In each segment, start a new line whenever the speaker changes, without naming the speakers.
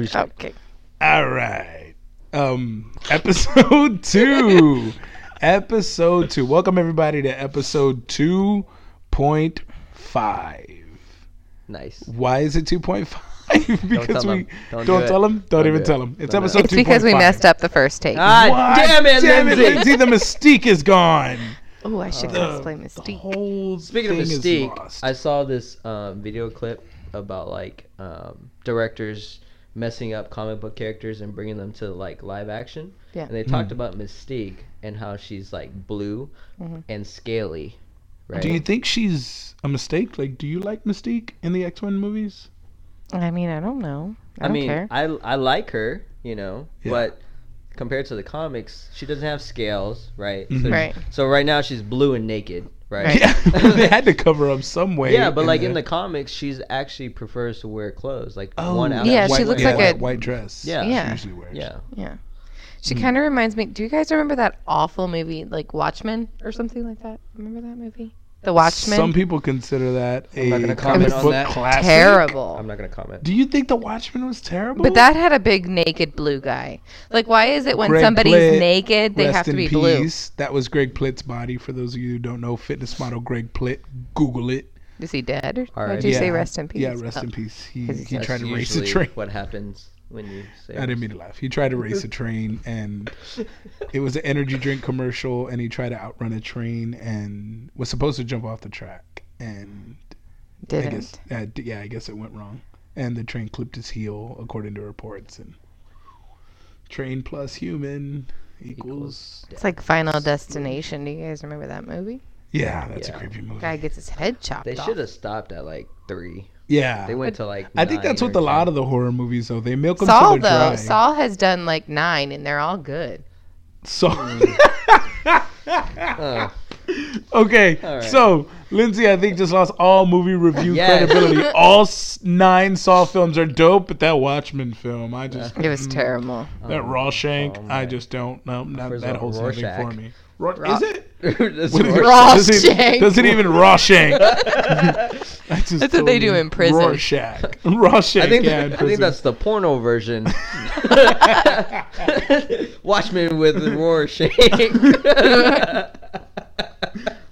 Recycle.
Okay.
All right. Um episode 2. episode 2. Welcome everybody to episode 2.5.
Nice.
Why is it 2.5? because
tell
we
them. Don't
don't,
do it.
tell them. Don't,
Don't
even
do it.
tell them. It's
Don't do
episode 2.5.
It's because we messed up the first take.
Ah, damn it,
damn
Lindsay.
it, Lindsay. The mystique is gone.
oh, I should
The-
explain
The
Mystique.
whole
Speaking of
thing is
Mystique,
lost.
I saw this um, video clip about like um, directors messing up comic book characters and bringing them to like live action.
Yeah.
And they
Hmm.
talked about Mystique and how she's like blue
Mm-hmm.
and scaly, right?
Do you think she's a mistake? Like, do you like Mystique in the X Men movies?
I mean, I don't know. I,
I,
don't
mean,
care.
I I like her, you know,
Yeah.
but compared to the comics, she doesn't have scales, right? So,
Mhm.
Right.
So right now she's blue and naked, right?
Yeah, they had to cover up some way.
Yeah, but like in the
there.
comics, she's actually prefers to wear clothes, like
Oh,
one out.
Yeah,
one
she
out.
looks
yeah,
like
that
a-
white dress.
Yeah.
she
Yeah.
usually wears.
Yeah.
She
hmm.
kind of reminds me. Do you guys remember that awful movie, like Watchmen or something like that? Remember that movie? The Watchmen.
Some people consider that
I'm not
a
gonna
comic
comment on
book
that.
classic.
Terrible.
I'm not gonna comment.
Do you think the Watchmen was terrible?
But that had a big naked blue guy. Like, why is it when
Greg
somebody's
Plitt,
naked they
Rest
have to
in
be blue?
peace. That was Greg Plitt's body. For those of you who don't know, fitness model Greg Plitt. Google it.
Is he dead? Or
All
why
right.
did you
yeah.
say rest in peace?
Yeah, rest
Oh.
in peace. He,
'Cause he's
he
dead.
tried to race a
usually
train.
What happens when you say?
I didn't mean to laugh. He tried to race a train, and it was an energy drink commercial, and he tried to outrun a train, and was supposed to jump off the track, and I guess,
Didn't.
uh, d- yeah, I guess it went wrong, and the train clipped his heel, according to reports, and train plus human equals.
It's like Final Destination. Do you guys remember that movie?
Yeah, that's a
Yeah.
creepy
Guy
movie.
gets his head chopped
They
off.
should have stopped at like three.
Yeah,
They went to like.
I think that's
nine
with a
or
lot
10.
of the horror movies though. They milk them
Saul
to the
though,
dry.
Saul has done like nine, and they're all good.
Saul.
Mm. Oh,
Okay,
All right.
so Lindsay, I think just lost all movie review
Yes.
credibility. All s- nine Saw films are dope, but that Watchmen film, I just
It was terrible.
that Rawshank,
Uh, oh,
I
man.
just don't. No, not,
First
that
of all,
holds nothing
Rorschach.
for me. Ro-
Ra-
is it?
That's
What is it?
Rorschach.
Does it-
Rawshank.
Does it even Rawshank? I just
That's what they
told
do
you,
in prison.
Rorschach. Rorschach.
I think,
yeah, in
I think
prison.
that's the porno version. Watchmen with Rorschach.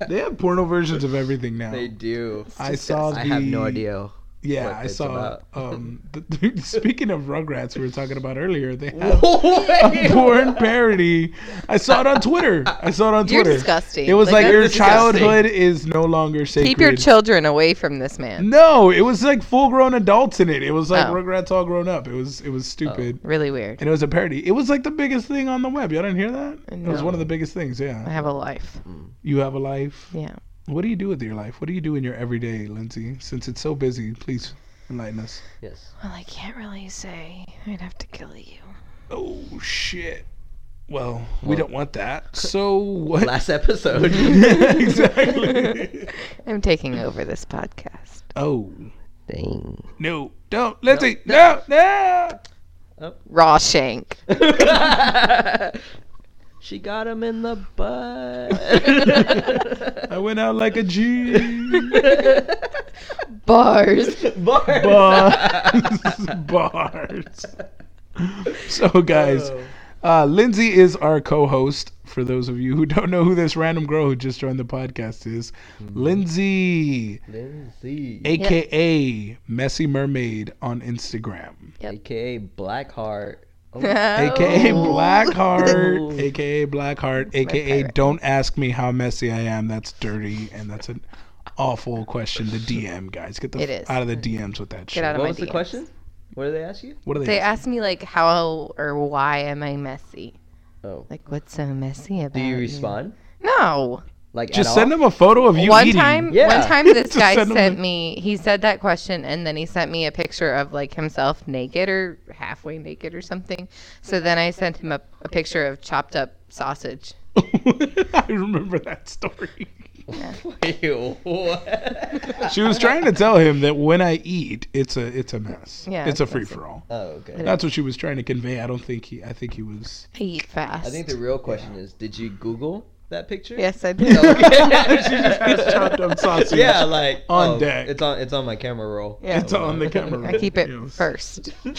they have porno versions of everything now.
they do.
I saw.
I have no
the-
idea.
Yeah,
what
I
it's
saw.
about.
Um, the, speaking of Rugrats, we were talking about earlier. They have a
Wait.
porn parody. I saw it on Twitter. I saw it on
You're
Twitter.
disgusting.
It was like,
that's
your
disgusting.
childhood is no longer sacred.
Keep your children away from this man.
No, it was like full grown adults in it. It was like
Oh.
Rugrats all grown up. It was it was stupid.
Really weird.
And it was a parody. It was like the biggest thing on the web. Y'all didn't hear that? It was
No.
one of the biggest things,
I
yeah.
have a life.
You have a life.
Yeah.
What do you do with your life? What do you do in your everyday, Lindsay? Since it's so busy, please enlighten us.
Yes.
Well, I can't really say. I'd have to kill you.
Oh shit. Well, we don't want that. So what
Last episode.
exactly.
I'm taking over this podcast.
Oh.
Dang.
No, don't. Let's see. No, no.
Raw shank.
she got him in the butt.
I went out like a G.
Bars.
Bars.
Bars. Bars. So, guys, uh, Lindsay is our co host. For those of you who don't know who this random girl who just joined the podcast is, Lindsay,
Lindsay.
aka Messy Mermaid on Instagram,
Yep.
AKA Blackheart.
aka
Oh.
Blackheart, aka Blackheart, aka
favorite.
Don't Ask Me How Messy I Am. That's dirty, and that's an awful question to DM, guys. Get the
It
f-
is.
out of the DMs with that shit.
Get out of
What
my
was the
DMs.
question? What did they ask you?
What are they?
They asked me like, how or why am I messy?
Oh.
Like, what's so messy about?
Do you
me?
respond?
No.
Like
Just
at
send
all?
them a photo of you
one
eating.
time,
Yeah.
one time, this
Just
guy
send him
sent
the-
me. He said that question, and then he sent me a picture of like himself naked or halfway naked or something. So then I sent him a, a picture of chopped up sausage.
I remember that story.
Ew, what?
She was trying to tell him that when I eat, it's a it's a mess.
Yeah,
it's a
it's
free for all.
oh, okay.
That's what she was trying to convey. I don't think he. I think he was.
I eat fast.
I think the real question is, did you Google that picture?
yes, I did.
She just has chopped up sausage.
Yeah, like
On
oh,
deck.
It's on. It's on my camera roll.
Yeah.
It's on the camera.
I keep it
Yes.
first.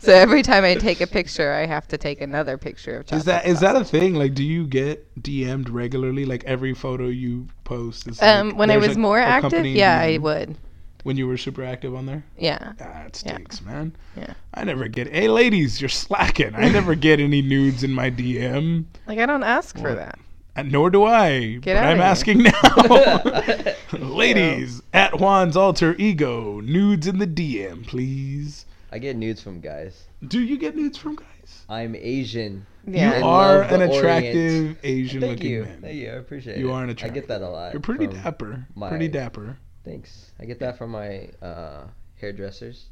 So every time I take a picture, I have to take another picture of chocolate.
Is that is
sauce.
that a thing? Like, do you get DM'd regularly? Like every photo you post is.
Um,
like,
when I
there's
was
a-
more
a
active,
company
yeah, I
DM
would.
When you were super active on there,
Yeah.
that
Yeah.
stinks, man.
Yeah.
I never get. Hey, ladies, you're slacking. I never get any nudes in my DM,
Like I don't ask for
What?
that.
and nor do I. but
outta
I'm
here.
asking now, ladies. At Juan's alter ego, nudes in the DM, please.
I get nudes from guys.
Do you get nudes from guys?
I'm Asian.
Yeah.
I
You are
love the
an
Orient.
attractive Asian-looking
Thank you.
man.
Thank you. I appreciate it.
You are an
I get that a lot.
You're pretty
from-
dapper.
my-
Pretty dapper.
Thanks. I get that from my uh, hairdressers.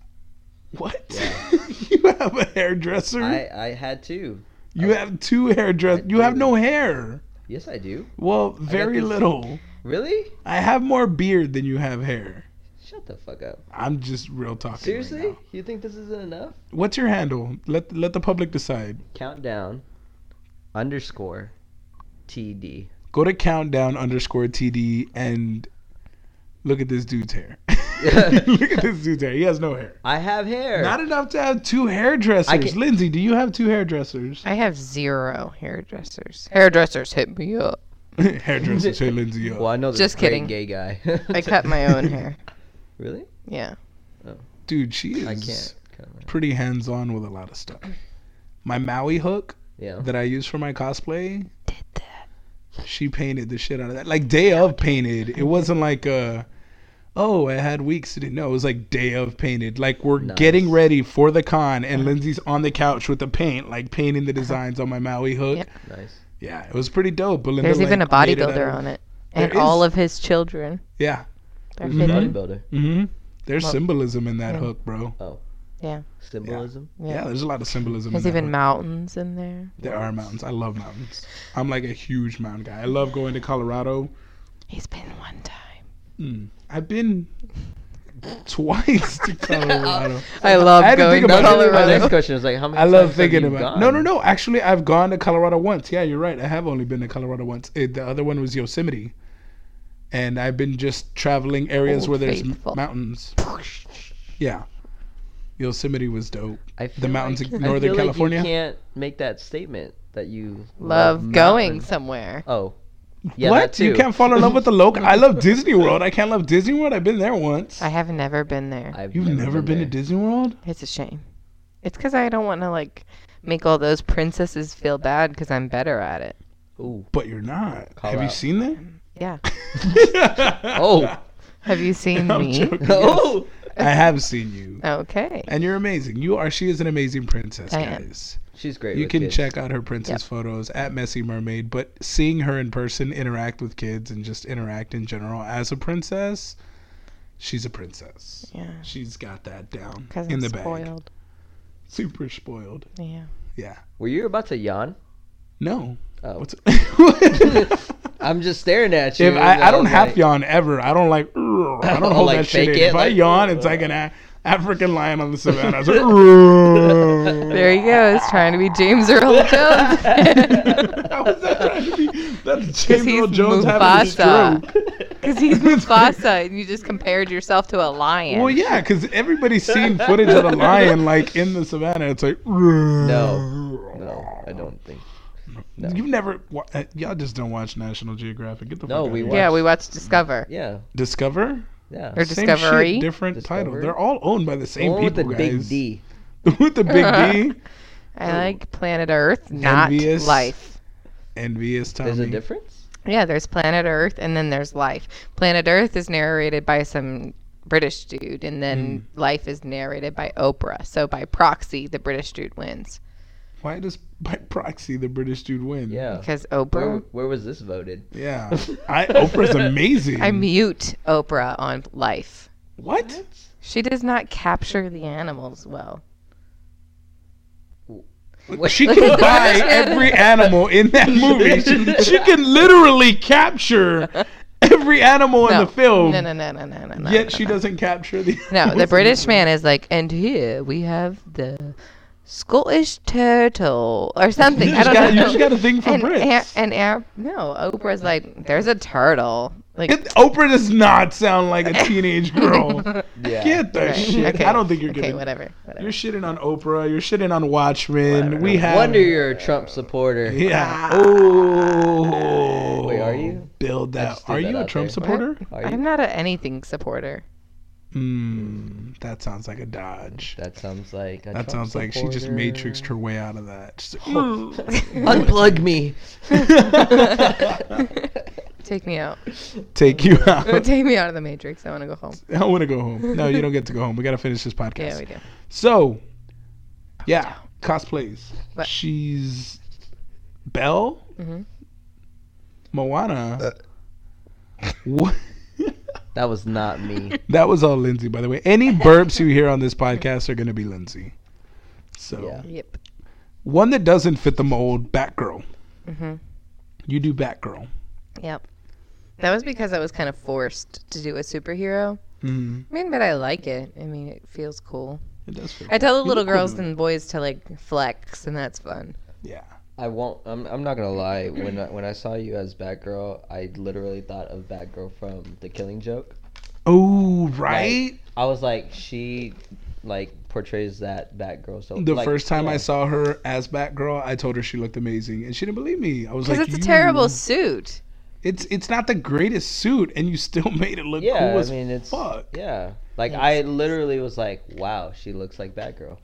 What?
Yeah.
you have a hairdresser?
I, I had two.
you
I-
have two hairdress.
I
You have
do.
no hair.
Yes, I do.
Well, very
these-
little.
Really?
I have more beard than you have hair.
Shut the fuck up.
I'm just real talking. right
Seriously?
now.
you think this isn't enough?
What's your handle? Let let the public decide.
Countdown underscore TD.
Go to countdown underscore td and look at this dude's hair. look at this dude's hair. He has no hair.
I have hair.
Not enough to have two hairdressers.
can-
Lindsay, do you have two hairdressers?
I have zero hairdressers. Hairdressers hit me up.
hairdressers. Hey, Lindsay. up.
well, I know this
Just
great
kidding.
gay guy.
I cut my own hair.
Really?
Yeah.
Dude, she is.
I can't. cut my-
pretty hands on with a lot of stuff. My Maui hook
Yeah.
that I use for my cosplay, she painted the shit out of that. Like day of painted. It wasn't like uh oh I had weeks to do. No, it was like day of painted. Like we're
Nice.
getting ready for the con, and Lindsay's on the couch with the paint, like painting
Uh-huh.
the designs on my Maui hook.
Yeah.
Nice.
Yeah, it was pretty dope. But Linda,
There's even a
like, made it out
bodybuilder
of-
on it,
There
and
is-
all of his children.
Yeah.
They're
Mhm.
fitting.
Bodybuilder.
Mm-hmm. There's
Well,
symbolism in that
yeah.
hook, bro.
Symbolism.
Yeah.
Yeah. there's a lot of symbolism.
There's
in that
even
hook.
mountains in there.
There are mountains. I love mountains. I'm like a huge mountain guy. I love going to Colorado.
He's been one time.
Mm. I've been twice to Colorado.
I love
I had to
going
think
to
about it.
My next
Colorado.
question is like, how many?
I
times
love
have
thinking
you
about.
gone?
No, no, no. Actually, I've gone to Colorado once. Yeah, you're right. I have only been to Colorado once. Eh, the other one was Yosemite, and I've been just traveling areas
Old
where there's m-
Faithful.
mountains. Yeah, Yosemite was dope.
I
The
feel
mountains
like-
in
I
Northern
feel like
California?
you can't make that statement that you
Love going
mountains.
somewhere.
Oh, yeah, that
what?
too.
You can't fall in love with the local? I love Disney World. I can't love Disney World. I've been there once.
I have never been there.
I've
You've never, been, to
there.
Disney World?
It's a shame. It's because I don't want to like make all those princesses feel bad because I'm better at it.
Ooh.
But you're not.
Call
Have you
out.
seen that?
Yeah.
Oh.
Have you seen
I'm
me?
joking.
Oh.
I have seen you.
Okay.
And you're amazing. You are. She is an amazing princess,
I am.
guys.
She's great.
You
with
can
kids.
check out her princess photos at Messy Mermaid. But seeing her in person, interact with kids, and just interact in general as a princess, she's a princess.
Yeah.
She's got that down
Because
in
I'm
the bag.
spoiled.
Super spoiled.
Yeah.
Were you about to yawn?
No.
Oh.
What's if
I'm just staring at you. and
I, I don't
was
have
like,
yawn ever. I don't like. I don't hold
like,
that shit.
fake
in.
it,
If I
like,
yawn, it's like an a- African lion on the savannah. It's like,
There he goes, trying to be James Earl Jones.
How is that trying to be? That's James Earl
he's
Jones having a
Mufasa.
stroke.
Because he's Mufasa, and you just compared yourself to a lion.
Well, yeah, because everybody's seen footage of the lion like in the savannah. It's like no,
No, I don't think. no.
You've never wa- uh, y'all just don't watch National Geographic. Get the
No,
fuck
we
out of
watch-
here.
Yeah, we watched Discover.
Yeah.
Discover.
Yeah.
Or
Same
Discovery.
shit, different title.
Discovery.
They're all owned by the
The
same
one with
people,
the big
guys.
D.
with the big D.
I like Planet Earth, not
Envious.
life.
Envious Tommy.
There's a difference.
Yeah, there's Planet Earth, and then there's life. Planet Earth is narrated by some British dude, and then
Hmm.
life is narrated by Oprah. So by proxy, the British dude wins
Why does by proxy the British dude win?
Yeah.
because
Where,
Oprah.
where was this voted?
Yeah. I, Oprah's amazing.
I mute Oprah on life.
what?
She does not capture the animals well.
She can buy every animal in that movie. She, she can literally capture every animal in
No.
the film.
No, no, no, no, no, no. no,
Yet
no,
she
no.
doesn't capture the.
No,
animals
the
in
British
film.
man is like, and here we have the Scottish turtle or something.
You
I
just,
don't
got, you
know.
just got a thing for
and
Brits.
Ar- and Ar- no, Oprah's like, there's a turtle. Like,
It, Oprah does not sound like a teenage girl.
Yeah.
Get the
Right.
shit.
Okay.
I don't think you're
okay,
getting.
whatever. whatever.
You're shitting on Oprah. You're shitting on Watchmen.
Whatever. Ah.
We have.
Wonder you're a Trump supporter.
Yeah. Oh.
Wait, are you?
Build
I
that.
just threw
Are
that
you a
out
Trump
there.
supporter?
Are you?
I'm not a anything supporter.
Mm, that sounds like a dodge.
That sounds like a
That
Trump
sounds like she just
supporter.
matrixed her way out of that. She's like, "Mm."
Unplug me.
Take me out.
Take you out.
Take me out of the matrix. I want to go home.
I want to go home. No, you don't get to go home. We got to finish this podcast.
Yeah, we do.
So, yeah, cosplays.
What?
She's Belle,
Mhm.
Moana. What?
that was not me.
That was all Lindsay, by the way. Any burps you hear on this podcast are going to be Lindsay. So,
Yeah.
Yep.
one that doesn't fit the mold, Batgirl.
hmm
You do Batgirl.
Yep. That was because I was kind of forced to do a superhero.
Mm,
I mean, but I like it. I mean, it feels cool.
it does fit.
I tell the
You
little
look cool
girls
doing
and boys to like flex, and that's fun.
Yeah.
I won't. I'm. I'm not gonna lie. When I, when I saw you as Batgirl, I literally thought of Batgirl from The Killing Joke.
Oh, right?
I was like, she, like portrays that Batgirl. So
the
uh, like,
first time I
yeah.
saw her as Batgirl, I told her she looked amazing, and she didn't believe me. I was like,
Because it's a
"You-
terrible suit.
It's it's not the greatest suit, and you still made it look
Yeah,
cool
I
as
mean it's
fuck.
yeah. Like I literally was like, wow, she looks like Batgirl.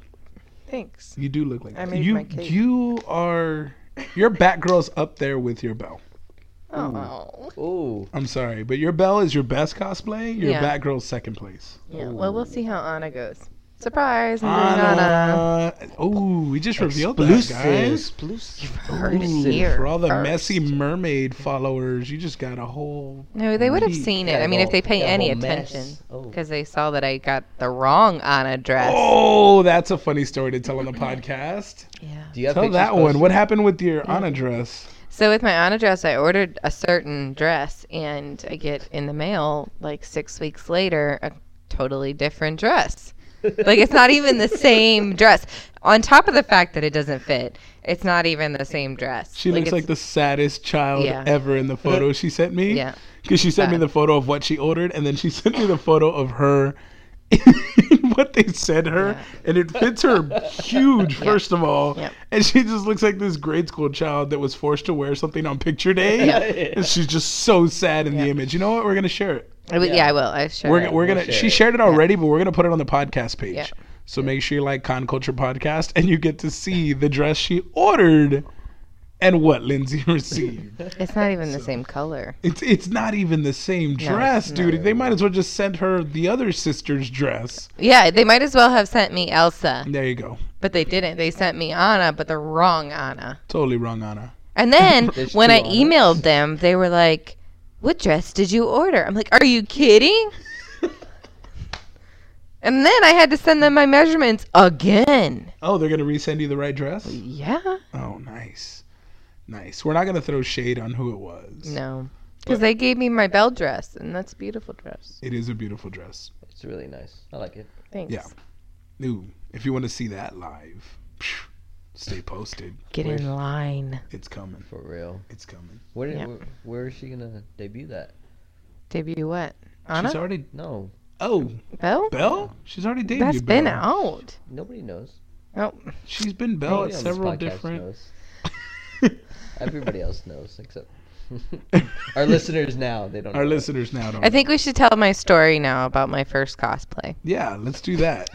Thanks.
You do look like
I
that.
made
you
my cake.
you are your Batgirl's up there with your Belle.
Oh.
Ooh,
I'm sorry, but your Belle is your best cosplay. Your
Yeah.
Batgirl's second place.
Yeah. Well, we'll see how Anna goes. Surprise, Anna.
Anna. Oh, we just revealed that, guys.
Exclusive.
Heard it
Ooh,
here
for all the
first.
messy mermaid followers, you just got a whole.
No, they would have
Ye-
seen it.
Yeah,
I mean, if
whole-
they pay
yeah,
any
whole mess.
attention,
Oh.
because they saw that I got the wrong Anna dress.
Oh, that's a funny story to tell on the podcast.
Yeah.
Do you have
Tell
pictures
that one.
posted?
What happened with your Anna dress?
So with my Anna dress, I ordered a certain dress, and I get in the mail like six weeks later a totally different dress. Like it's not even the same dress. On top of the fact that it doesn't fit, it's not even the same dress.
She looks like
it's-
the saddest child
Yeah.
ever in the photo she sent me.
Yeah.
Because she sent me
Sad.
the photo of what she ordered, and then she sent me the photo of her, what they said her,
Yeah.
and it fits her huge, first of all.
Yeah.
And she just looks like this grade school child that was forced to wear something on picture day.
Yeah.
And she's just so sad in the
Yeah.
image. You know what? We're going to share it.
I would-
yeah.
yeah. I will. I sure.
We're,
Alright,
we're
we'll
gonna.
share
she
it.
shared it already, but we're gonna put it on the podcast page.
Yeah.
So make sure you like Con Culture Podcast, and you get to see the dress she ordered, and what Lindsay received.
it's not even the same color.
it's it's not even the same dress, dude. They might as well just send her the other sister's dress.
Yeah, they might as well have sent me Elsa,
There you go.
but they didn't. They sent me Anna, but the wrong Anna.
Totally wrong, Anna.
And then
There's
when
two
I
on it.
emailed them, they were like, "What dress did you order?" I'm like, "Are you kidding?" and then I had to send them my measurements again.
Oh, they're gonna resend you the right dress.
Yeah.
Oh, nice, nice. We're not gonna throw shade on who it was.
No. Because they gave me my bell dress, and that's a beautiful dress.
It is a beautiful dress.
It's really nice. I like it.
Thanks.
Yeah. Ooh, if you want to see that live, phew, stay posted.
Get in line.
It's coming.
For real.
It's coming.
Where,
Yeah.
where where is she gonna debut that?
Debut what? Anna?
She's already.
No,
Oh,
Bell?
Belle? She's already dated.
That's
you,
been
Belle.
out.
nobody knows.
Oh,
She's been Belle at
Nobody on this
several
podcast
different.
knows. Everybody else knows except our listeners now. They don't.
Our
know.
listeners now don't.
I think we should tell my story now about my first cosplay.
yeah, let's do that.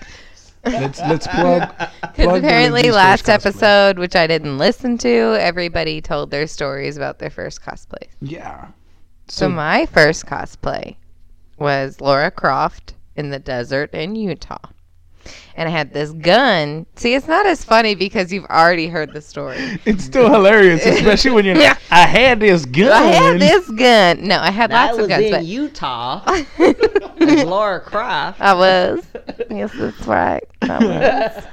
Let's let's plug.
Because
plug the
apparently,
Lindsay's
last
first cosplay.
episode, which I didn't listen to, everybody told their stories about their first cosplay.
Yeah.
So,
So,
my first cosplay was Laura Croft in the desert in Utah. And I had this gun. See, it's not as funny because you've already heard the story.
it's still hilarious, especially when you're.
Yeah.
like, I had this gun.
I had this gun. No, I had
That
lots
was
of guns.
in
But
Utah. as Laura Croft.
I was. Yes, that's right. I was.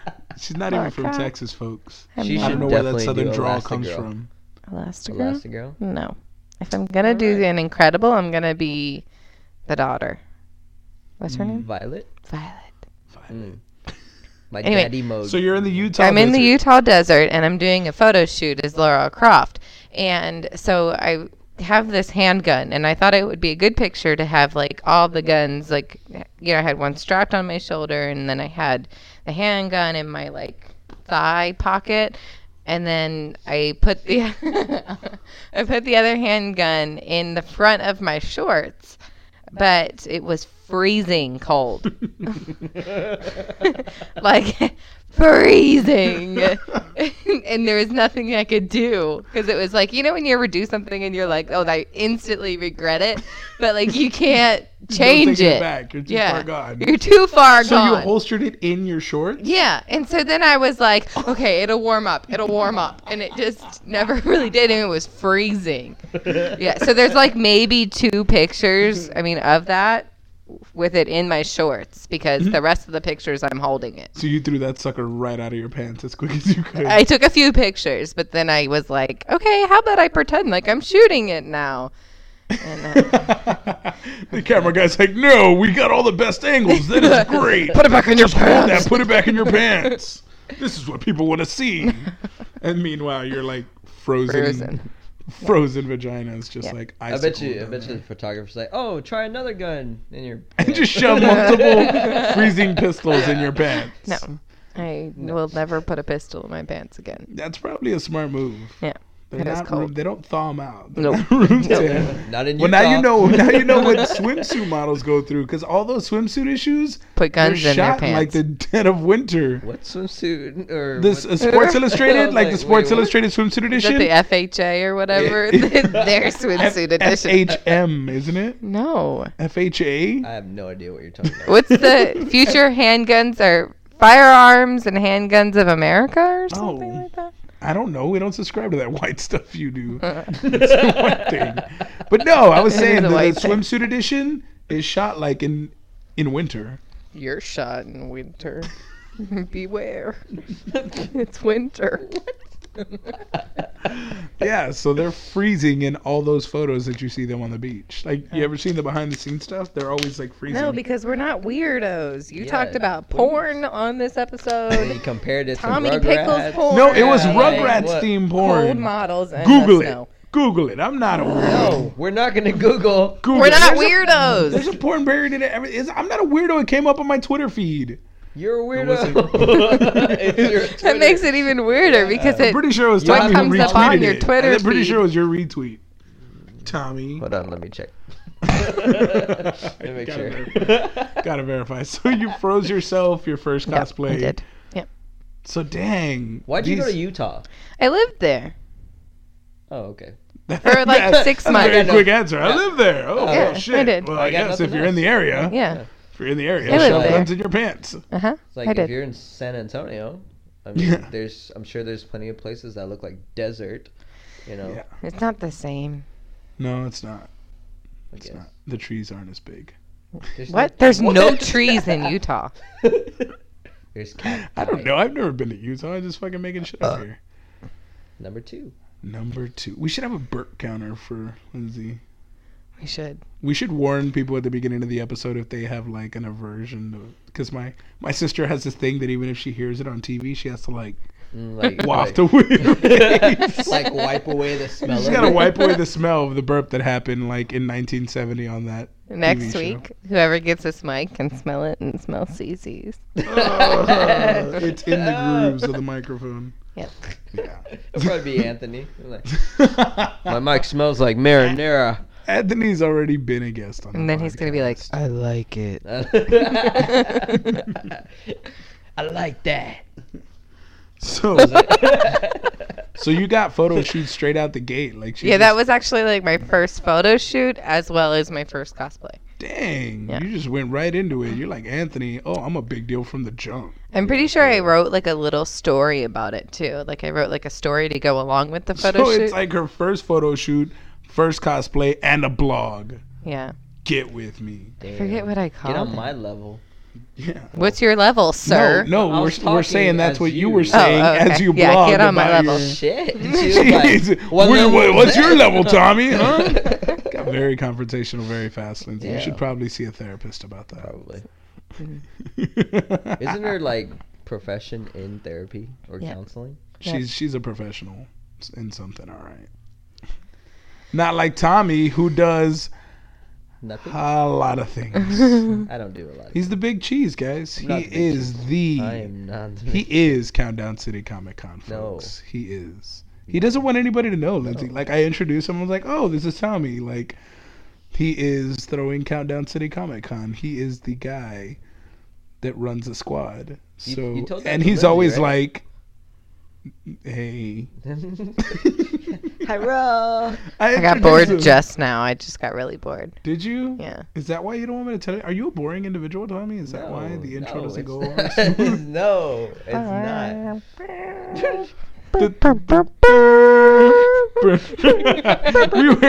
She's not even from
Fuck.
Texas, folks.
She
I don't
should
know where that
definitely
southern
do
drawl
Elastigirl.
comes from.
Elastigirl?
Elastigirl.
No. If I'm gonna do an incredible, I'm gonna be the daughter. What's
Mm.
her name?
Violet.
Violet.
My
Anyway.
daddy mode.
So you're in the Utah.
I'm in the
desert.
Utah desert and I'm doing a photo shoot as Laura Croft. And so I have this handgun and I thought it would be a good picture to have like all the guns like you know I had one strapped on my shoulder and then I had the handgun in my like thigh pocket and then I put the I put the other handgun in the front of my shorts but it was freezing cold like freezing and there was nothing I could do because it was like you know when you ever do something and you're like oh I instantly regret it but like you can't change
taking it
it
back. You're too
yeah
far gone.
you're too far
So you
gone
holstered it in your shorts?
yeah and so then I was like okay it'll warm up it'll warm up and it just never really did and it was freezing yeah so there's like maybe two pictures
Mm-hmm.
I mean of that with it in my shorts because
Mm-hmm.
the rest of the pictures I'm holding it
So you threw that sucker right out of your pants as quick as you could.
I took a few pictures, but then I was like, okay, how about I pretend like I'm shooting it now? And, uh,
the camera guy's like, "No, we got all the best angles. That is great. put it back in your pants. That. Put it back in your pants. This is what people want to see." and meanwhile, you're like frozen,
Frozen.
frozen, vaginas, just
Yeah.
like
I bet you, I
icicle
bet
down
you the photographer's like, oh, try another gun in your.
there. just shove multiple freezing pistols in your pants.
no, I will never put a pistol in my pants again.
that's probably a smart move.
Yeah.
They're
It is
not
cold.
room- they don't thaw them out. They're
Nope.
not room temp.
Not in
Well, now you
Utah.
know. Now you know what swimsuit models go through because all those swimsuit issues
Put guns
they're
in their
shot in, like
pants.
the dead of winter.
What swimsuit or
This uh,
what-
Sports
I
Illustrated,
was
like, the
like,
Sports
wait, what?
Illustrated swimsuit
Is that the
edition,
FHA or whatever? Their swimsuit edition.
FHM, isn't it?
no.
I
FHA.
have no idea what you're talking about.
What's the future handguns or firearms and handguns of America or something
Oh.
like that?
I don't know. We don't subscribe to that white stuff you do. That's the one thing. But no, I was
It is
saying
a
the, the
white thing.
swimsuit edition is shot like in in winter.
You're shot in winter. Beware. it's winter.
Yeah, so they're freezing in all those photos that you see them on the beach. Like, you ever seen the behind the scenes stuff? They're always like freezing.
No, because we're not weirdos. You
Yeah,
talked about
please.
porn on this
And he
episode.
compared it
Tommy
to
Pickles
Rugrats.
porn.
No, it was
Yeah, like,
Rugrats
what-
theme
Old
porn.
models. And
Google
us
it.
know.
Google it. I'm not a weirdo.
No, we're not gonna Google.
Google
We're
it.
not
There's a- There's
weirdos.
a porn buried in it. Every, it's- I'm not a weirdo. It came up on my Twitter feed.
You're a
wasn't.
weirdo. It's your Twitter.
That makes it even weirder because
I'm
it.
pretty sure it was
What
Tommy who
comes
retweeted
up on
your
it.
Twitter
I'm pretty
feed?
sure it was your retweet. Tommy.
Hold on, let me check.
Gotta
Let me make sure.
verify. Gotta verify. So you froze yourself your first cosplay.
I did. Yep.
So dang.
Why'd you go to
these-
Utah?
I lived there.
Oh, okay.
for, like,
That's-
six
that's a
months.
Very
Yeah, no.
quick answer. I
Yeah.
live there. Oh
Yeah,
well,
I
shit.
did.
Well,
I
I
got
guess if
nothing
you're in the area,
Yeah.
if you're in the area,
I live
shove
there.
guns in your pants.
Uh huh.
It's
I
like if
did.
you're in San Antonio, I mean,
Yeah.
there's I'm sure there's plenty of places that look like desert. You know,
Yeah.
It's not the same.
No, it's not.
I
It's
guess.
not. The trees aren't as big.
There's
What? There's no trees in Utah.
There's cat.
I don't know. I've never been to Utah. I'm just fucking making shit up here.
Number two.
Number two. We should have a Burt counter for Lindsay.
We should.
We should warn people at the beginning of the episode if they have like an aversion to because my my sister has this thing that even if she hears it on TV, she has to like
Mm, Like
waft
like,
away. her face.
like wipe away the smell.
She's
of
gotta
it.
wipe away the smell of the burp that happened like in 1970 on that.
Next
show.
week, whoever gets this mic can smell it and smell CZ's.
Ugh, it's in the grooves of the microphone.
Yep.
Yeah.
It'll probably be Anthony. Like, My mic smells like marinara.
Anthony's already been a guest on. the
And then he's gonna be like,
podcast.
I like it.
I like that.
So, so you got photo shoots straight out the gate, like she
Yeah, that
just-
was actually like my first photo shoot as well as my first cosplay.
dang.
Yeah.
You just went right into it. You're like Anthony. Oh, I'm a big deal from the jump.
I'm pretty sure I wrote like a little story about it too. Like I wrote like a story to go along with the photo
so
shoot.
it's like her first photo shoot, first cosplay, and a blog.
yeah.
Get with me.
I forget what I called
Get on
it.
my level.
Yeah.
What's your level, sir?
No, no
I
we're,
was
we're
talking
saying that's
as
what you,
you.
were saying
oh,
as
okay.
you blog
Yeah, get on my
about
level.
your-
Oh, Shit. She was like,
Jeez.
"What
Wait,
level
wait,
is
what's
that?"
your level, Tommy? Huh? Got very confrontational very fast, Lindsay. You
Yeah.
should probably see a therapist about that.
Probably. Isn't there like profession in therapy or
Yeah.
counseling?
Yeah.
She's she's a professional in something, all right. Not like Tommy, who does
Nothing.
a lot of things.
I don't do a lot. Of
He's the big cheese, guys. He
Not the big
is
I
the.
am not.
He is Countdown City Comic Con,
No.
folks. He is. He doesn't want anybody to know, Lindsay. Like I introduced him, I was like, "Oh, this is Tommy." Like, he is throwing Countdown City Comic Con. He is the guy that runs the squad.
You-
So,
you told that
and
to
he's
Lindsay,
always
right?
like, "Hey,
Hello.
I
introduced
got
him.
bored just now. I just got really bored.
Did you?
Yeah.
Is that why you don't want me to tell you? Are you a boring individual, Tommy? Is that why the intro doesn't go on? smooth?
no, it's not.
we were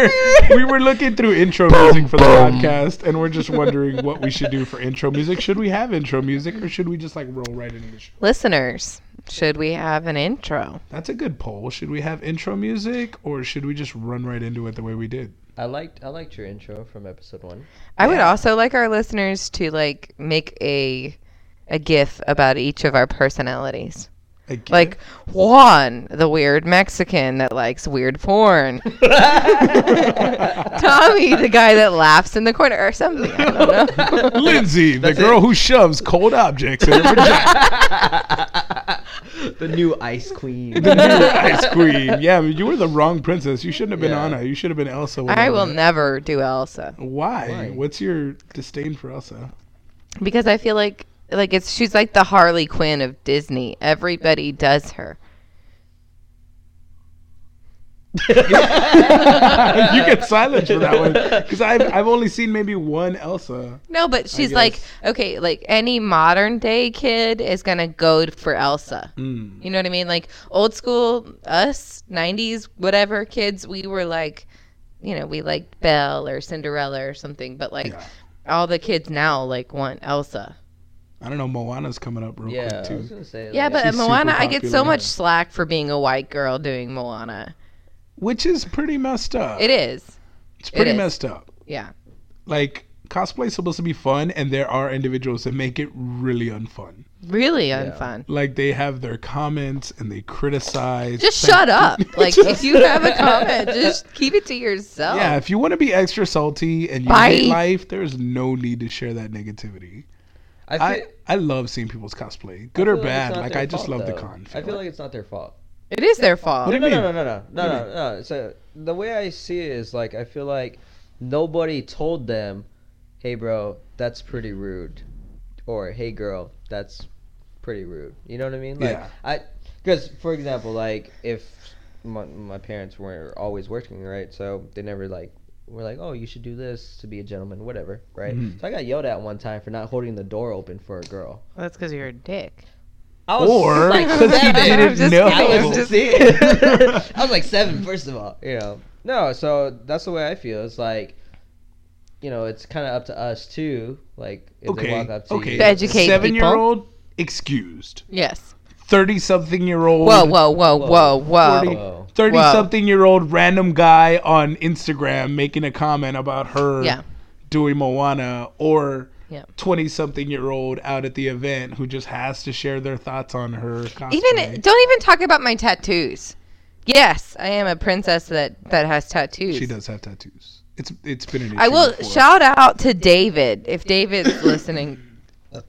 we were looking through intro music for the podcast, and we're just wondering what we should do for intro music. Should we have intro music, or should we just like roll right into the show?
Listeners, should we have an intro?
That's a good poll. Should we have intro music, or should we just run right into it the way we did?
I liked I liked your intro from episode one.
I would also like our listeners to like make a a gif about each of our personalities.
Again?
Like Juan, the weird Mexican that likes weird porn. Tommy, the guy that laughs in the corner or something. I don't know.
Lindsay, the girl who shoves cold objects in her vagina.
the new ice queen.
the new ice queen. Yeah, I mean, you were the wrong princess. You shouldn't have been
Yeah.
Anna. You should have been Elsa. with
I
all
will
that.
never do Elsa
Why?
Why?
What's your disdain for Elsa?
because I feel like like it's she's like the Harley Quinn of Disney. Everybody does her.
you get silent for that one because I've I've only seen maybe one Elsa.
No, but she's like
guess.
okay, like any modern day kid is gonna go for Elsa. You know what I mean? Like old school us, '90s whatever kids, we were like, you know, we liked Belle or Cinderella or something. But like
Yeah.
all the kids now like want Elsa.
I don't know. Moana's coming up real
yeah, I
quick
was
too.
gonna say.
Yeah,
like,
but
She's super
Moana, I get
popular
so much
now.
slack for being a white girl doing Moana.
Which is pretty messed up.
It is,
it's pretty
is.
messed up.
yeah.
Like cosplay is supposed to be fun, and there are individuals that make it really unfun.
Really unfun.
Like they have their comments and they criticize.
Just
things.
shut up. Like
Just-
if you have a comment, just keep it to yourself.
Yeah, if you want to be extra salty and you
Bye.
hate life, there's no need to share that negativity.
I feel,
I, I love seeing people's cosplay, good
I
or
feel it's
bad.
not
Like
their
I just
fault,
love the
though.
con.
I feel like it's not their fault.
It is their fault.
What do you
no,
mean?
no, no, no, no, no, no, no. So the way I see it is like I feel like nobody told them, "Hey, bro, that's pretty rude," or "Hey, girl, that's pretty rude." You know what I mean? Like,
Yeah.
I because for example, like if my, my parents were always working, right? So they never like were like, "Oh, you should do this to be a gentleman," whatever, right?
Mhm.
So I got yelled at one time for not holding the door open for a girl.
That's because you're a dick.
I was
Or-
oh, like
Because he
seven.
didn't
I'm just
know.
kidding,
I
I'm
was
just-
see, I was like seven, first of all. You know, no. So that's the way I feel. It's like, you know, it's kind of up to us too. Like, if they walk
okay,
up to
okay.
you,
To educate
seven
people.
year old excused.
Yes.
Thirty something year old.
Whoa, whoa, whoa, whoa, whoa.
Forty- Whoa.
Thirty something year old random guy on Instagram making a comment about her
Yeah.
doing Moana or
Yeah.
twenty something year old out at the event who just has to share their thoughts on her cosplay.
Even don't even talk about my tattoos. Yes, I am a princess that that has tattoos.
she does have tattoos. It's it's been an issue.
I will
before.
shout out to David if David's listening.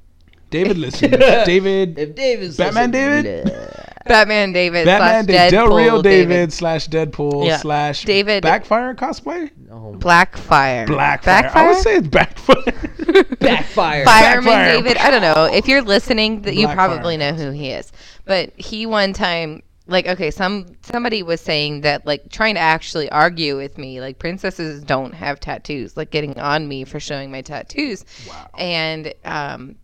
David listen. David
if David's
Batman
listening-
David?
Batman David
Batman David,
slash
Del
Deadpool
Real David,
David,
slash Deadpool
Yeah.
slash
David-
Backfire cosplay?
Oh, my-
Blackfire.
Blackfire. I would say it's Backfire.
backfire.
Fireman
Blackfire.
David. I don't know. If you're listening, that you
Blackfire.
probably know who he is. But he one time like okay, some somebody was saying that like trying to actually argue with me, like princesses don't have tattoos, like getting on me for showing my tattoos.
Wow.
And um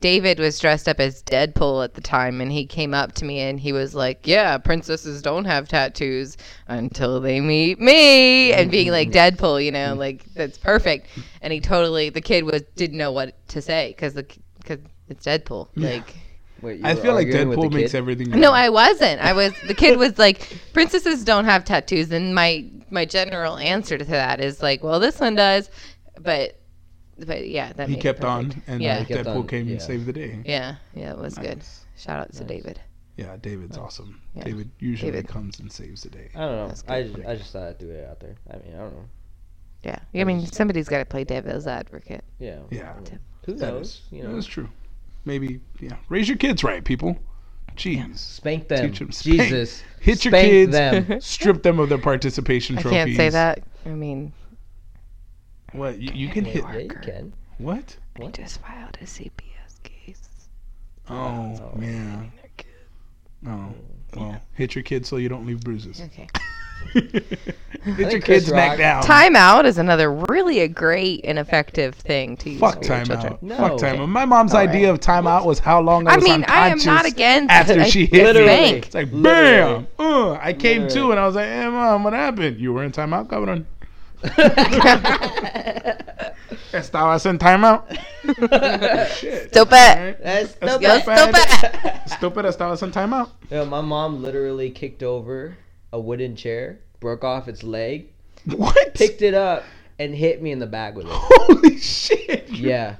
David was dressed up as Deadpool at the time, and he came up to me and he was like, "Yeah, princesses don't have tattoos until they meet me," and being like Deadpool, you know, like that's perfect. And he totally, the kid was didn't know what to say because the because it's Deadpool. Like,
Wait, you
I
were
feel like
arguing with
Deadpool
the
makes
kid?
everything.
no, I wasn't. I was the kid was like, "Princesses don't have tattoos," and my my general answer to that is like, "Well, this one does," but but yeah, that
He
made it
kept
perfect.
on, and
Yeah.
uh,
He
kept
Deadpool
on,
came
yeah.
and saved the day.
Yeah, yeah, it was good. Shout out to David.
Yeah, David's awesome.
Yeah.
David usually
David.
comes and saves the day.
I don't know.
That's
I
good.
just, I just thought I'd throw it out there. I mean, I don't know.
Yeah. I mean, somebody's got to play devil's advocate.
Yeah.
Yeah.
I mean, who
That
knows?
is-
You
that
know.
is true. Maybe, yeah. Raise your kids right, people. Jeez.
Spank them.
Teach 'em spank.
Jesus.
Hit your
Spank
kids.
them.
Strip them of their participation
I
trophies.
can't say that. I mean,
What? You, you can hit.
yeah, you can.
What?
I
What?
just filed a CPS case.
Oh,
Oh.
yeah.
Mm,
Oh. Well, hit your kids so you don't leave bruises.
Okay.
hit your
think Chris
kids neck
Rock-
down.
Timeout is another really a great and effective thing to use.
Fuck
with your children.
timeout.
No.
Fuck timeout. My mom's
All right.
idea of timeout was how long I
I
was
mean, I am
unconscious
not against
after
a
she hit me.
Literally.
spank.
It's like
Literally.
bam. Uh, I came to
Literally.
and I was like, "Hey mom, what happened? You were in timeout, cabrón." Estabas en timeout. Shit.
Stupid.
Alright.
That's
That's
Yo,
stupid.
stupid.
Stupid. Estabas en timeout.
Yeah, my mom literally kicked over a wooden chair, broke off its leg,
What?
picked it up, and hit me in the back with it.
Holy shit.
Yeah.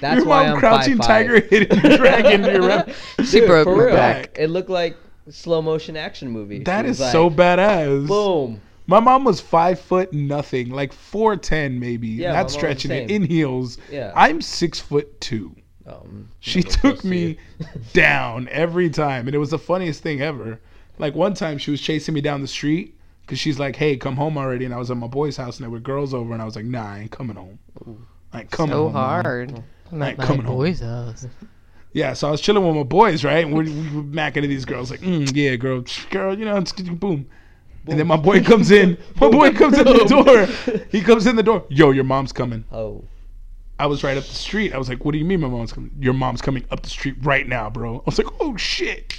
That's
your
why
mom
I'm
crouching
5'5".
tiger hitting dragon to your rep.
She broke
for
my
real.
back.
It looked like slow motion action movie.
That
She was
is so
like,
badass.
boom.
My mom was five foot nothing, like four ten maybe.
Yeah, my mom
not
was
stretching
the
it
same.
in heels.
Yeah.
I'm six foot two.
Um,
She
I'm gonna go
took me down every time, and it was the funniest thing ever. Like one time, she was chasing me down the street because she's like, "Hey, come home already!" And I was at my boy's house, and there were girls over, and I was like, "Nah, I ain't coming home." Like coming
so
home, Mom.
hard. I'm
Like,
at my
coming home.
boy's house.
Yeah, so I was chilling with my boys, right? And we're, we were macking at these girls, like, mm, "Yeah, girl, girl, you know, it's boom. And then my boy comes in. My boy comes in the door. He comes in the door. Yo, your mom's coming.
Oh.
I was right up the street. I was like, "What do you mean my mom's coming? Your mom's coming up the street right now, bro." I was like, "Oh shit!"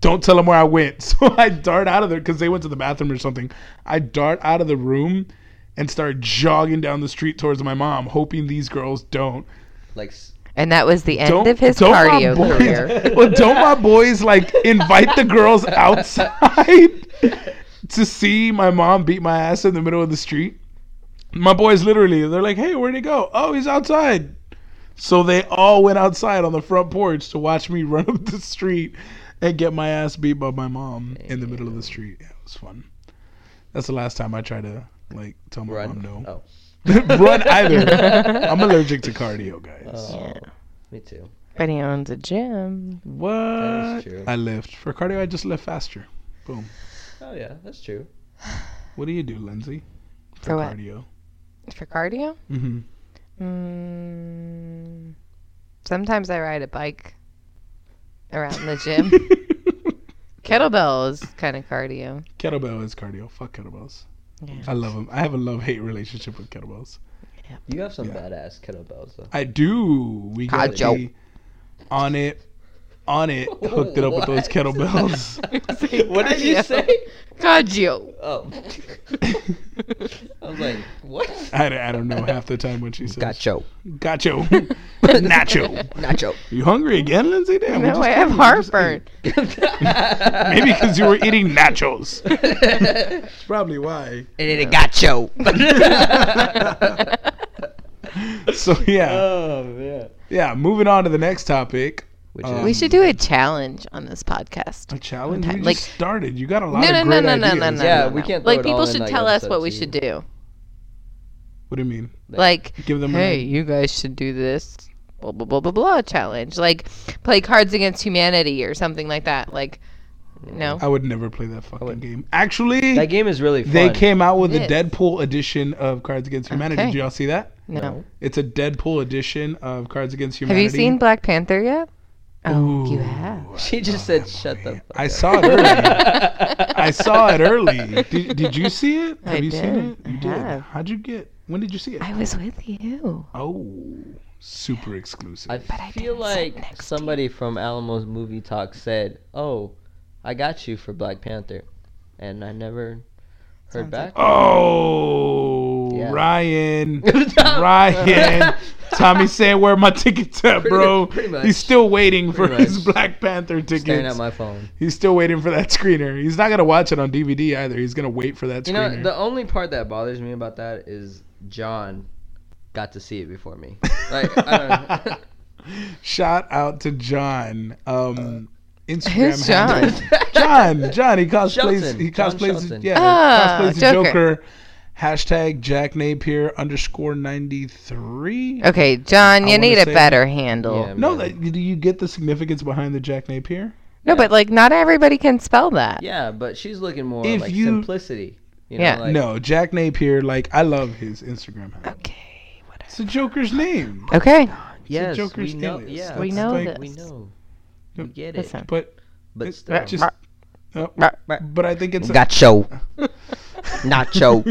Don't tell them where I went. So I dart out of there because they went to the bathroom or something. I dart out of the room and start jogging down the street towards my mom, hoping these girls don't.
Like, s-
And that was the end
Don't
of his
don't my
cardio
boys-
career.
well, don't my boys like invite the girls outside to see my mom beat my ass in the middle of the street? My boys literally, they're like, "Hey, where'd he go? Oh, he's outside." So they all went outside on the front porch to watch me run up the street and get my ass beat by my mom in the middle of the street. Yeah, it was fun. That's the last time I tried to like tell my mom
run.
no.
Oh.
run either. I'm allergic to cardio, guys.
Oh,
Yeah.
Me too.
But he owns a gym.
What?
is true.
I lift. For cardio, I just lift faster. Boom.
Oh, yeah, that's true.
What do you do, Lindsay?
For what?
cardio.
For cardio?
Mm-hmm.
Mm, sometimes I ride a bike around the gym. Kettlebell is kind of cardio.
Mm-hmm. Kettlebell is cardio. Fuck kettlebells.
Yeah.
I love them. I have a love hate relationship with kettlebells.
You have some
Yeah.
badass kettlebells, though.
I do. We got
Cardio.
the on it, on it, hooked it up with those
What?
kettlebells.
what did you
Cardio.
say?
Cardio.
Oh. I was like, what?
I, don't- I don't know half the time what she says.
Nacho.
Gacho. Nacho.
Nacho.
You hungry again, Lindsay? Damn. we
No,
just
I have
ate- we just ate.
heartburn.
Maybe because you were eating nachos. That's probably why.
And then it got you.
So yeah.
oh man.
Yeah, moving on to the next topic.
Which
Um,
We should do a challenge on this podcast.
A challenge
Okay,
you
like-
just started. You got a lot
No,
of
no,
great
no, no, no,
ideas.
no, no.
Yeah,
no,
we
no.
can't throw
Like
it
people
all in
should
like
tell us what
episode
we
two.
should do.
What do you mean?
Like,
Give them.
hey, you guys should do this. Blah blah blah blah blah challenge. Like, play Cards Against Humanity or something like that. Like, no.
A, I would never play that fucking
would-
game. Actually,
That game is really fun.
they came out with
It
a
is.
Deadpool edition of Cards Against Humanity.
Okay.
Did y'all see that?
No.
No.
It's a Deadpool edition of Cards Against
Have
Humanity.
you seen Black Panther yet? Oh, you
Ooh.
have.
She just said, "Shut the fuck
I
up."
saw it early. I saw it early. Did, did you see it? Have
I
you seen
did.
it?
I
You
have.
How'd you get? When did you see it?
I was with you.
oh, super exclusive.
I
I didn't
feel
sit
like
next to
somebody from Alamo's Movie Talk said, "Oh, I got you for Black Panther," and I never
Sounds
heard
like-
back.
Oh,
Yeah.
Ryan. Ryan. Tommy saying, Where my tickets at,
Pretty
bro?
mu- pretty much.
He's still waiting for
Pretty
his
much.
Black Panther
Staring at
tickets.
my phone.
He's still waiting for that screener. He's not going to watch it on DVD either. He's going to wait for that
You
screener.
know, the only part that bothers me about that is John got to see it before me. Like, I don't know.
Shout out to John. Um,
Uh,
Instagram
Who's
handle. John, John, he cosplays.
Shelton,
He
John
cosplays.
Shelton.
yeah,
Ah,
cosplays the Joker.
Joker.
Hashtag Jack Napier underscore ninety three.
Okay, John,
I
you
wanna
need a
say-
better handle.
Yeah,
No,
man.
that, do you get the significance behind the Jack Napier?
No, but like not everybody can spell that.
Yeah, but she's looking more
If
like
you-
simplicity. You know,
Yeah.
like,
no, Jack Napier. Like I love his Instagram handle.
Okay, whatever.
It's the Joker's name.
Okay,
Yes,
Joker's
we know.
alias.
Yeah,
We
that's
know
like-
this.
We know.
Yep.
We get it.
listen.
But
But
it-
still.
just. uh, but I think it's a-
Nacho. Nacho.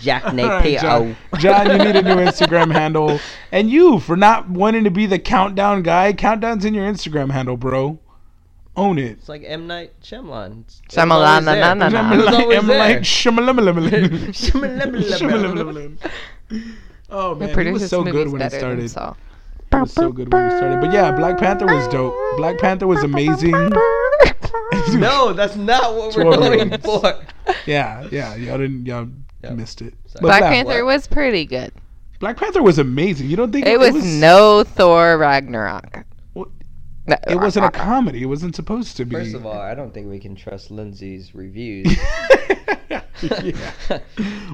Jack
All right, John. John, you need a new Instagram handle. And you for not wanting to be the countdown guy. Countdown's in your Instagram handle, bro. Own it.
It's like M Night Shyamalan. It's- it's always there.
Shyamalan-na-na-na.
I'm
Nah.
It's
like,
always
I'm
there.
like, shimmalimalimin.
Shyamalan.
Shimmalimalimin. Oh
the
man, it
producer
was so good when it
better than
started.
Saul.
It was so good when it started. But yeah, Black Panther was dope. Black Panther was amazing.
No, that's not what we're
Totally.
going for.
Yeah, yeah, y'all didn't, y'all
Yeah.
missed it. But
Sorry.
Black
nah,
Panther was pretty good.
Black Panther was amazing. You don't think
It was no Thor Ragnarok.
What?
No, Uh,
It wasn't a
Ragnarok.
comedy. It wasn't supposed to be.
First of all, I don't think we can trust Lindsay's reviews.
yeah.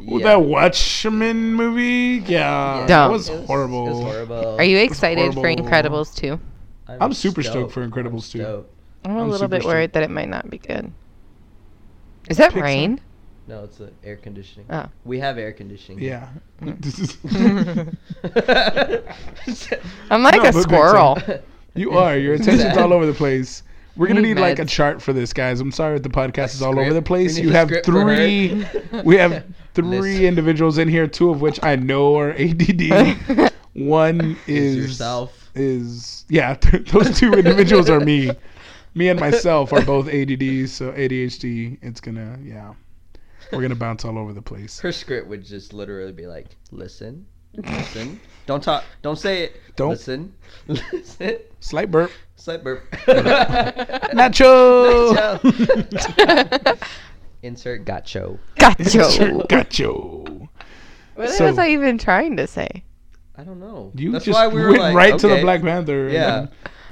Well,
Yeah.
That Watchmen movie, yeah,
Yeah.
that was
It was-
horrible.
It was horrible.
Are you excited for
horrible.
Incredibles 2?
I'm
super stoked for Incredibles
I'm
two.
stoked.
I'm a
I'm
little
super
bit worried that it might not be good. Is that
Pixar.
rain?
No, it's the air conditioning.
Oh.
We have air conditioning. here.
Yeah, this is
I'm like
No,
a
but Pixar.
squirrel.
you are your attention's all over the place. We're gonna
Need
need like a
meds.
chart for this, guys. I'm sorry, the podcast is all over
Script.
the place.
We need
You
a
have
script for her.
three. We have three
Listen.
individuals in here, two of which I know are ADD. One
Is
is
yourself.
is yeah th- those two individuals are me me and myself are both adds so adhd it's gonna yeah we're gonna bounce all over the place
Her script would just literally be like, listen, listen, don't talk, don't say it.
Don't.
listen, listen.
slight burp
Slight burp.
nacho
Nacho. Insert gacho.
Gotcha.
gacho
What
So-
was I even trying to say?
I don't know.
you
That's
just
why we were
went
like,
right to the
okay,
black panther
Yeah.
and-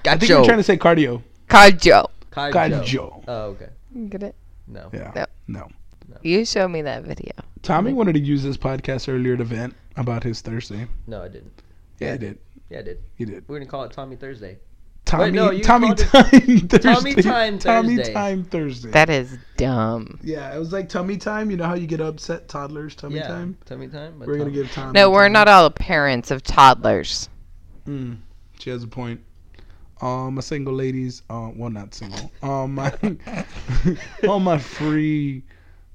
i think you're trying to say cardio
Kajo.
Kaijo.
Gajo.
Oh, okay.
Get it?
No.
yeah
Yep.
no
You show me that video.
tommy wanted to use this podcast earlier to vent about his thursday
No, I didn't.
yeah he did
Yeah, I did.
he did
We're gonna call it Tommy Thursday.
tommy
no, you
tommy
called it-
time thursday
Tommy Time
tommy
Thursday.
time thursday
That is dumb.
Yeah, it was like tummy time. You know how you get upset toddlers tummy
yeah.
time.
Tummy time. but
We're gonna
Tommy-
give Tommy.
No, we're
time.
not all parents of toddlers.
Mm, she has a point. Um, my single ladies. Uh, well, not single. Um, my all my free,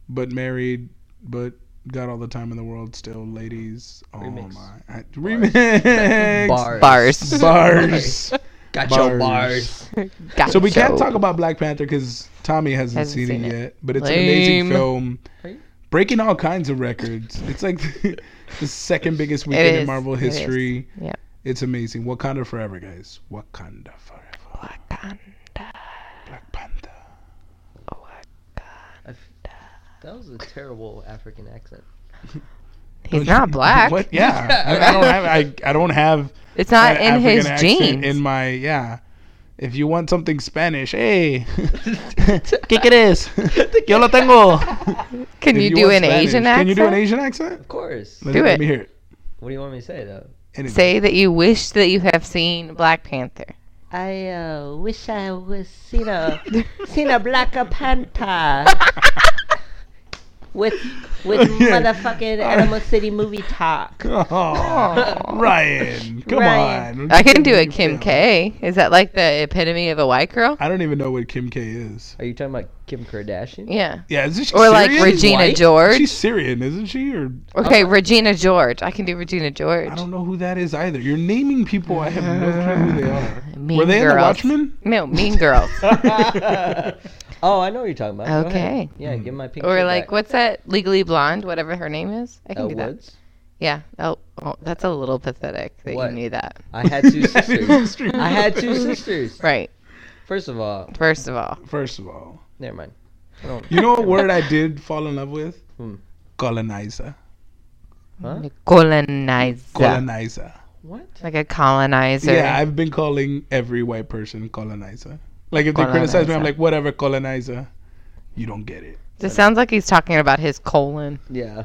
but married, but got all the time in the world still. Ladies. Oh
Remix.
my. I, remix.
Bars.
Bars.
Got your
Bars.
bars.
Gotcha.
so we can't talk about Black Panther because Tommy hasn't,
Hasn't
seen,
seen
it,
it.
yet. But it's an amazing
Lame.
film.
Right.
Breaking all kinds of records. It's like the second biggest weekend in
is,
Marvel
it is.
history.
Yep.
It's amazing. Wakanda forever, guys. Wakanda forever.
Wakanda.
Black Panther.
That was a terrible African accent.
He's not black.
What? Yeah. I, I don't have. I, I don't have.
It's
an
not in
African
his
accent
genes.
In my yeah. If you want something Spanish, hey, ¿qué quieres? Yo lo tengo.
Can
If
you, do
want
an
Spanish,
Asian accent?
Can you do an Asian accent?
Of course.
Let,
Do
let
it.
me hear it.
What do you want me to say though?
Anyway.
Say that you wish that you have seen Black Panther.
I uh, wish I was seen a seen a black panther with with
Okay.
motherfucking
All
Animal
right.
City movie talk.
Oh, Ryan, come
Ryan.
on.
I can do a
it,
Kim K. Is that like the epitome of a white girl?
I don't even know what Kim K is.
Are you talking about Kim Kardashian?
Yeah.
Yeah, is she
Or like
Syrian?
Regina
White?
George.
She's Syrian, isn't she? Or
okay, Regina George. I can do Regina George.
Uh-huh. I don't know who that is either. You're naming people I have no clue who they are.
Mean
Were they in the
Girls.
Watchmen?
No, Mean Girls.
oh, I know what you're talking about. Go ahead.
Okay.
Yeah, give my pink.
or
shit
like
back.
what's that? Legally Blonde, whatever her name is. I can
Elle
do that.
Woods.
Yeah. Oh, oh, that's a little pathetic that
What?
you knew that.
I had two
That is
sisters.
extremely
I had two
pathetic.
sisters.
Right.
First of all,
First of all,
First of all,
never mind.
you know what word I did fall in love with?
Hmm.
Colonizer.
Huh?
colonizer.
Colonizer.
What?
like a colonizer.
Yeah, I've been calling every white person colonizer. Like if they criticize me, I'm
Colonizer.
like, whatever, colonizer. You don't get it.
This sounds like he's talking about his colon.
Yeah.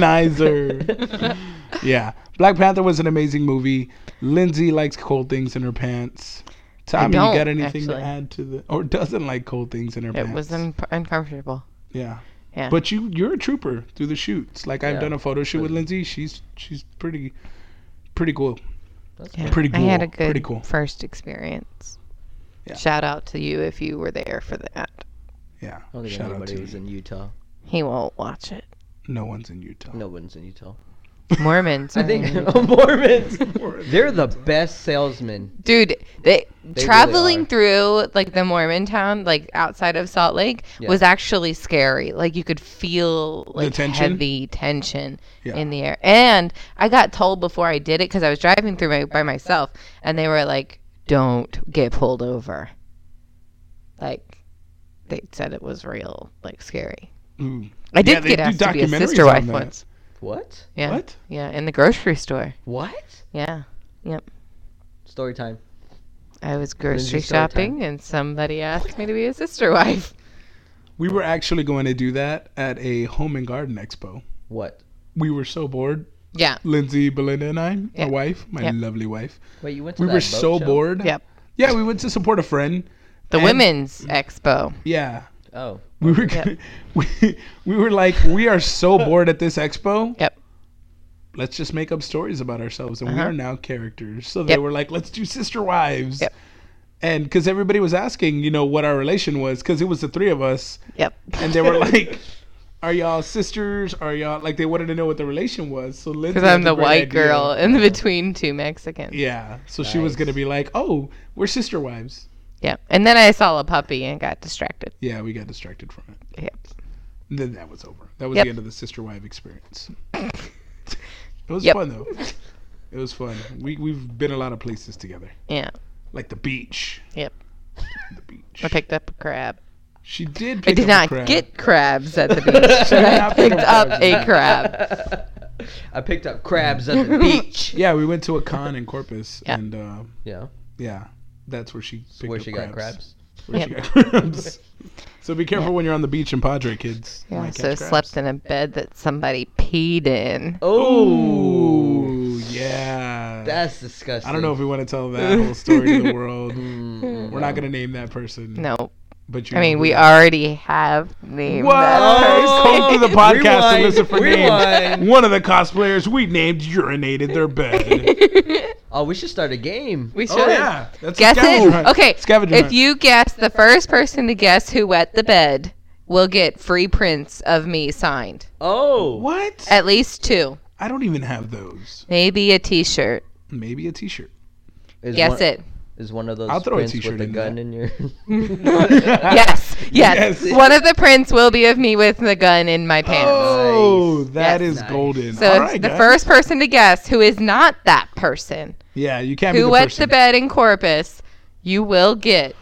colonizer. yeah, Black Panther was an amazing movie. Lindsay likes cold things in her pants. Tommy, you
don't,
got anything to
actually.
add to the or doesn't like cold things in her pants?
It was un- uncomfortable.
Yeah.
Yeah.
But you you're a trooper through the shoots. Like I've
Yeah.
done a photo shoot with Lindsay. She's she's pretty pretty cool.
That's
Yeah.
Pretty
I had
cool,
a good
pretty cool.
first experience.
Yeah.
Shout out to you if you were there for that.
Yeah.
I don't think
Shout out
anybody
to
was
you.
in Utah.
He won't watch it.
No one's in Utah.
No one's in Utah.
Mormons.
I
are
think
in-
Mormons.
Mormons.
They're the best salesmen.
dude, they,
really
traveling
are.
through like the Mormon town, like outside of Salt Lake,
Yeah.
was actually scary. Like you could feel like
tension?
heavy tension
Yeah.
in the air. And I got told before I did it because I was driving through my, by myself, and they were like, "Don't get pulled over." Like they said, it was real, like scary.
Ooh.
I
Yeah,
did
they
get
do
asked to be a
documentaries
sister
on
wife
that.
once.
What?
Yeah.
What?
Yeah, in the grocery store.
What?
Yeah.
Story time.
I was
Lindsay's
grocery
story time.
shopping and somebody asked me to be a sister wife.
We were actually going to do that at a home and garden expo.
What?
We were so bored.
Yeah.
Lindsay, Belinda, and I,
Yeah.
my wife, my
Yeah.
lovely wife.
Wait, you went to
We
that
were
boat
so
show?
bored.
Yep.
Yeah, we went to support a friend.
The
And-
women's expo.
Yeah.
Oh.
We were
Yep.
gonna we, we were like we are so bored at this expo.
Yep.
Let's just make up stories about ourselves, and we
Uh-huh.
are now characters. So they
Yep.
were like, let's do sister wives.
Yep.
And because everybody was asking, you know, what our relation was, because it was the three of us,
Yep.
and they were like, "Are y'all sisters? Are y'all like?" They wanted to know what the relation was. So Lindsay,
Because
had
I'm
the
the
great
white
idea.
girl in between two Mexicans. Yeah.
Yeah. So she was
Nice.
gonna be like, "Oh, we're sister wives."
And then I saw a puppy and got distracted.
Yeah, we got distracted from it.
Yep.
And then that was over. That was
Yep.
the end of the sister wife experience. it was
Yep.
fun though. It was fun. We we've been a lot of places together,
Yeah.
like the beach.
Yep.
The beach.
I picked up a crab.
She did.
I
Pick
did
up a
not
crab.
get crabs at the beach.
She did
I
not pick
picked up
crabs.
a crab.
I picked up crabs at the beach.
Yeah, we went to a con in Corpus,
Yeah.
and uh,
Yeah.
yeah, that's where she picked
Where
up
she
crabs.
got crabs.
Where she
Yep.
got crabs. So be careful when you're on the beach in Padre, kids. You
Yeah,
might
so
catch crabs.
slept in a bed that somebody peed in.
Oh.
Ooh, yeah.
That's disgusting.
I don't know if we want to tell that whole story to the world.
Mm,
We're not gonna name that person.
Hmm. No,
but you
I
know
mean
who
we
it
already have named
What? Come to the podcast and
Rewind,
listen for names.
rewind.
One of the cosplayers we named urinated their bed.
that.
Oh, we should start a game.
we should.
oh yeah, that's a
Guess
scavenger
it.
hunt.
Okay.
scavenger
if
hunt.
you guess the first person to guess who wet the bed will get free prints of me signed.
Oh.
what?
At least two.
I don't even have those.
Maybe a t shirt.
Maybe a T-shirt.
Is
Guess
one,
it.
Is one of those
I'll throw a
prints
t-shirt
with a
in
gun
that.
in your.
Yes. Yes.
Yes.
One of the prints will be of me with the gun in my pants.
Oh, that
Yes.
is
Nice.
golden.
So
All
it's
right,
the
guys.
first person to guess who is not that person
Yeah, you can't be
who
the
wet
person.
the bed in Corpus, you will get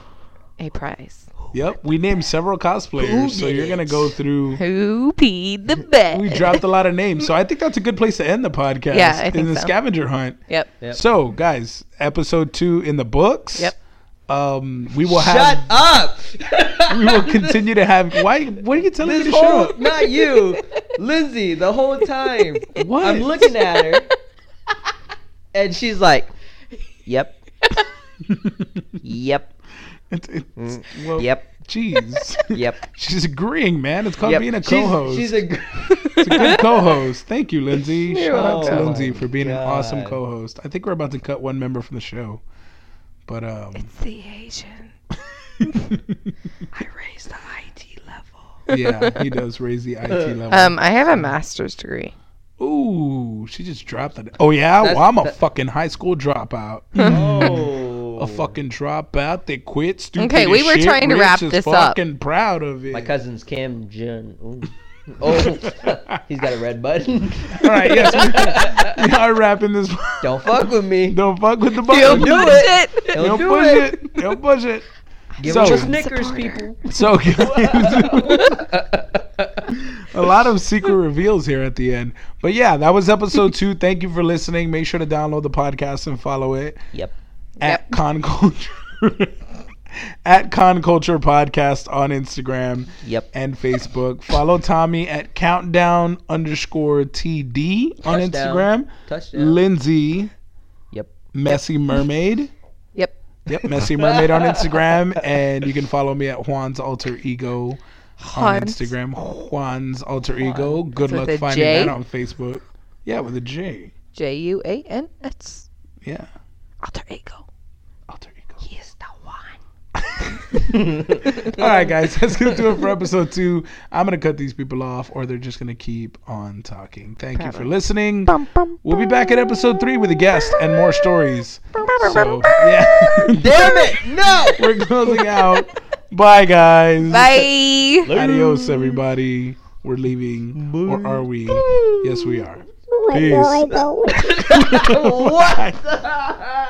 a prize.
Yep, we named several cosplayers, so you're gonna go through.
Who peed the bed?
We dropped a lot of names, so I think that's a good place to end the podcast.
Yeah, I think
in the
so.
scavenger hunt.
Yep.
Yep.
So, guys, episode two in the books.
Yep.
Um, we will
Shut
have.
up!
We will continue to have. Why? What are you telling me to
This
shut
whole,
up?
not you, Lindsay, the whole time.
What?
I'm looking at her, and she's like, "Yep, yep,
It's- it's- well,
Mm, yep,
Jeez.
yep,
She's agreeing, man. It's called
yep."
being a
She's-
co-host.
She's, a. gr-
It's a good co-host. Thank you, Lindsay.
You're
Shout out to
welcome. Oh
Lindsay for being an awesome
God.
co-host. I think we're about to cut one member from the show, but um,
The Asian. I raised the IT level.
yeah, he does raise the IT
Uh,
level.
Um, I have a master's degree.
Ooh, she just dropped it. Oh yeah,
That's-
well I'm a
that-
fucking high school dropout.
oh,
A fucking dropout that quit stupid.
Okay, we
as
were
shit.
trying to
Rich
wrap
is
this up.
fucking proud of it.
My cousin's Cam Jun. ooh. Oh, he's got a red button.
All right, yes, we, we are wrapping this.
Don't fuck with me.
Don't fuck with the button.
Don't do
Don't
it.
push it.
Don't
Don't
do
push
it.
it. Don't push it.
Give
So-
him your Snickers,
Supporter.
people.
So guys, a lot of secret reveals here at the end. But yeah, that was episode two. Thank you for listening. Make sure to download the podcast and follow it
Yep.
at Con Culture. at Con Culture Podcast on Instagram
Yep.
and Facebook. Follow Tommy at countdown underscore TD on
Touchdown.
Instagram.
Touchdown.
Lindsay.
Yep.
Messy Mermaid.
Yep.
Yep, Messy Mermaid on Instagram. And you can follow me at Juan's Alter Ego on
Hans.
Instagram. Juan's Alter Ego. Good
With
luck
a
finding
J?
that on Facebook. Yeah, with a J.
J U A N S.
Yeah,
Alter ego.
Alter Ego.
He is the one.
All right, guys, that's going to do it for episode two. I'm going to cut these people off, or they're just going to keep on talking. Thank you for listening. We'll be back at episode three with a guest and more stories. So, yeah.
Damn it! No.
We're closing out. Bye, guys.
Bye.
Adios, everybody. We're leaving. Or are we? Yes, we are. Peace.
what? the-